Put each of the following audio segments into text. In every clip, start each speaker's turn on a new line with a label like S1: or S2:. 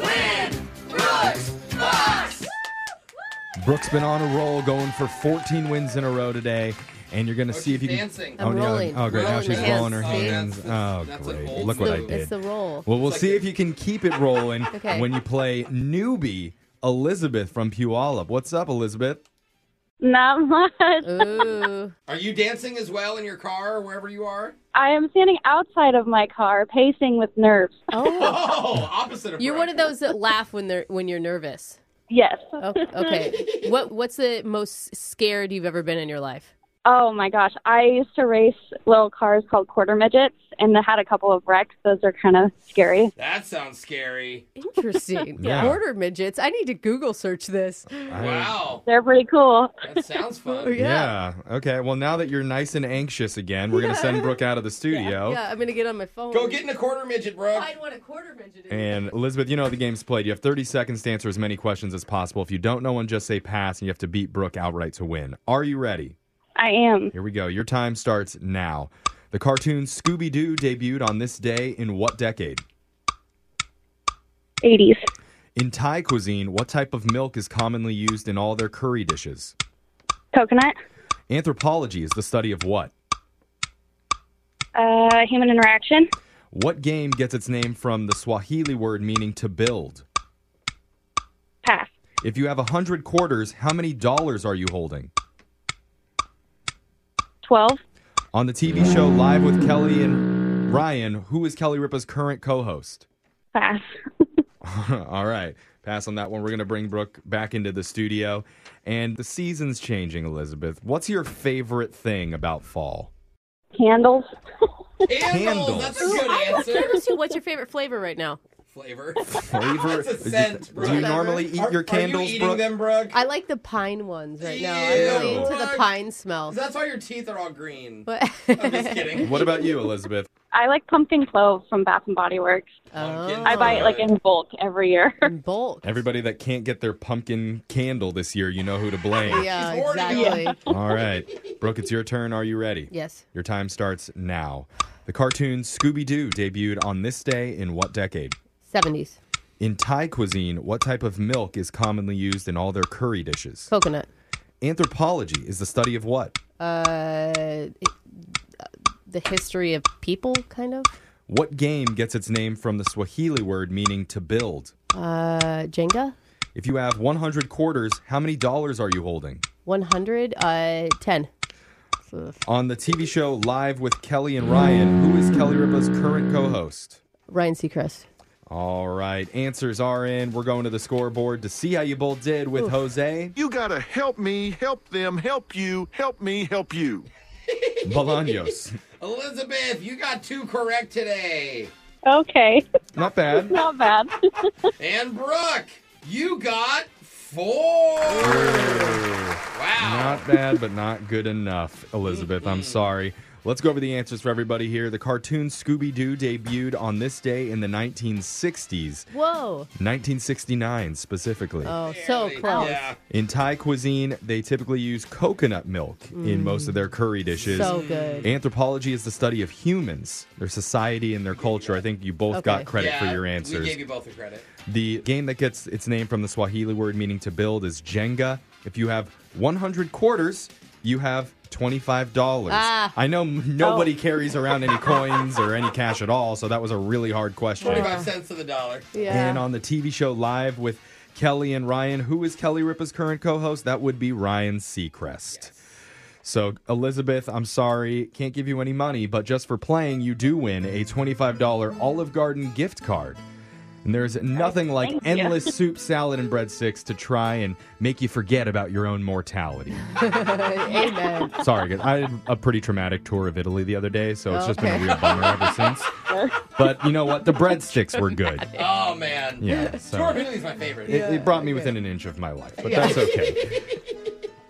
S1: Win Brooks Box!
S2: Brooke's been on a roll, going for 14 wins in a row today, and you're going to
S3: Oh,
S2: see if you
S3: she's
S2: can.
S3: dancing.
S2: Oh,
S4: I'm
S2: yeah.
S4: rolling.
S2: Oh, great! now
S4: Rolling
S2: she's
S4: my hands.
S2: rolling her
S4: See?
S2: hands.
S3: That's- that's
S2: oh,
S3: an
S2: great!
S3: old
S2: Look what I
S4: the-
S2: did.
S4: It's the roll.
S2: Well, we'll
S3: like
S2: see
S3: a-
S2: if you can keep it rolling
S4: Okay.
S2: when you play newbie Elizabeth from Puyallup. What's up, Elizabeth?
S5: Not much.
S4: Ooh.
S3: Are you dancing as well in your car or wherever you are?
S5: I am standing outside of my car, pacing with nerves.
S4: Oh.
S3: Oh, opposite of
S4: You're
S3: her.
S4: one of those that laugh when they're when you're nervous.
S5: Yes.
S4: Oh, okay. What what's the most scared you've ever been in your life?
S5: Oh my gosh. I used to race little cars called quarter midgets and I had a couple of wrecks. Those are kind of scary.
S3: That sounds scary.
S4: Interesting.
S2: Yeah.
S4: Border midgets. I need to Google search this.
S2: I-
S3: Wow.
S5: They're pretty cool.
S3: That sounds fun.
S2: Yeah. Okay. Well, now that you're nice and anxious again, we're going to
S4: Yeah.
S2: send Brooke out of the studio.
S4: Yeah, I'm gonna get on my phone.
S3: Go get in a quarter midget, Brooke.
S4: I'd want a quarter midget. in.
S2: And Elizabeth, you know how the game's played. You have 30 seconds to answer as many questions as possible. If you don't know one, just say pass, and you have to beat Brooke outright to win. Are you ready?
S5: I am.
S2: Here we go. Your time starts now. The cartoon Scooby Doo debuted on this day in what decade?
S5: 80s.
S2: In Thai cuisine, what type of milk is commonly used in all their curry dishes?
S5: Coconut.
S2: Anthropology is the study of what?
S5: Uh, human interaction.
S2: What game gets its name from the Swahili word meaning to build?
S5: Pass.
S2: If you have a 100 quarters, how many dollars are you holding?
S5: 12.
S2: On the TV show Live with Kelly and Ryan, who is Kelly Ripa's current co host?
S5: Pass.
S2: All right. Pass on that one. We're going to bring Brooke back into the studio. And the season's changing, Elizabeth. What's your favorite thing about fall?
S5: Candles.
S2: Candles.
S3: Candles. That's a good answer.
S4: Curious too, what's your favorite flavor right now?
S3: Flavor.
S2: Flavor?
S3: That's a scent,
S2: do you
S3: Brooke.
S2: normally eat
S3: Are-
S2: your candles,
S3: Are you eating
S2: Brooke?
S3: them, Brooke?
S4: I like the pine ones right now. I'm
S3: Ew.
S4: really into the pine smell.
S3: That's why your teeth are all green.
S4: But
S3: I'm just kidding.
S2: What about you, Elizabeth?
S5: I like pumpkin clove from Bath and Body Works.
S4: Oh.
S5: I buy it like in bulk every year.
S4: in bulk.
S2: Everybody that can't get their pumpkin candle this year, you know who to blame.
S4: Yeah,
S3: She's hoarding it.
S4: exactly.
S2: All right. Brooke, it's your turn. Are you ready?
S4: Yes.
S2: Your time starts now. The cartoon Scooby Doo debuted on this day in what decade?
S4: 70s.
S2: In Thai cuisine, what type of milk is commonly used in all their curry dishes?
S4: Coconut.
S2: Anthropology is the study of what?
S4: Uh, it- uh, the history of people, kind of.
S2: What game gets its name from the Swahili word meaning to build?
S4: Uh, Jenga.
S2: If you have 100 quarters, how many dollars are you holding?
S4: 100. Uh, 10. Ugh.
S2: On the TV show Live with Kelly and Ryan, who is Kelly Ripa's current co host?
S4: Ryan Seacrest.
S2: All right, answers are in. We're going to the scoreboard to see how you both did with Jose
S6: You gotta help me, help them, help you, help me, help you.
S2: Bolaños.
S3: Elizabeth, you got two correct today.
S5: Okay.
S2: Not bad.
S5: Not bad.
S3: And Brooke, you got four. Wow.
S2: Not bad, but not good enough, Elizabeth. I'm sorry. Let's go over the answers for everybody here. The cartoon Scooby Doo debuted on this day in the 1960s,
S4: Whoa.
S2: 1969 specifically.
S4: Oh, so
S3: Barely.
S4: close.
S3: Yeah.
S2: In Thai cuisine, they typically use coconut milk in most of their curry dishes.
S4: Mm. So good.
S2: Anthropology is the study of humans, their society, and their culture. I think you both
S4: Okay.
S2: got credit for
S3: Yeah,
S2: your
S3: We
S2: answers.
S3: gave you both the credit.
S2: The game that gets its name from the Swahili word meaning to build is Jenga. If you have 100 quarters, you have $25.
S4: Ah. Oh.
S2: I know m- nobody carries around any coins or any cash at all, so that was a really hard question.
S3: 25 cents to the dollar.
S4: Yeah.
S2: And on the TV show Live with Kelly and Ryan, who is Kelly Ripa's current co host? That would be Ryan Seacrest. So, Elizabeth, I'm sorry, can't give you any money, but just for playing, you do win a $25 Olive Garden gift card. And there's nothing like endless soup, salad, and breadsticks to try and make you forget about your own mortality.
S4: Amen.
S2: Sorry, guys. I had a pretty traumatic tour of Italy the other day, so it's just been a
S4: Okay.
S2: real bummer ever since. But you know what? The breadsticks were good.
S3: Oh, man.
S2: Yeah. So.
S3: Tortellini is my favorite.
S2: It, it brought me within an inch of my life, but that's okay.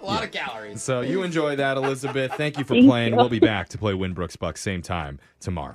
S3: A lot of calories.
S2: so you enjoy that, Elizabeth. Thank you for
S5: Thank
S2: playing.
S5: you.
S2: We'll be back to play Winbrooks Bucks same time tomorrow.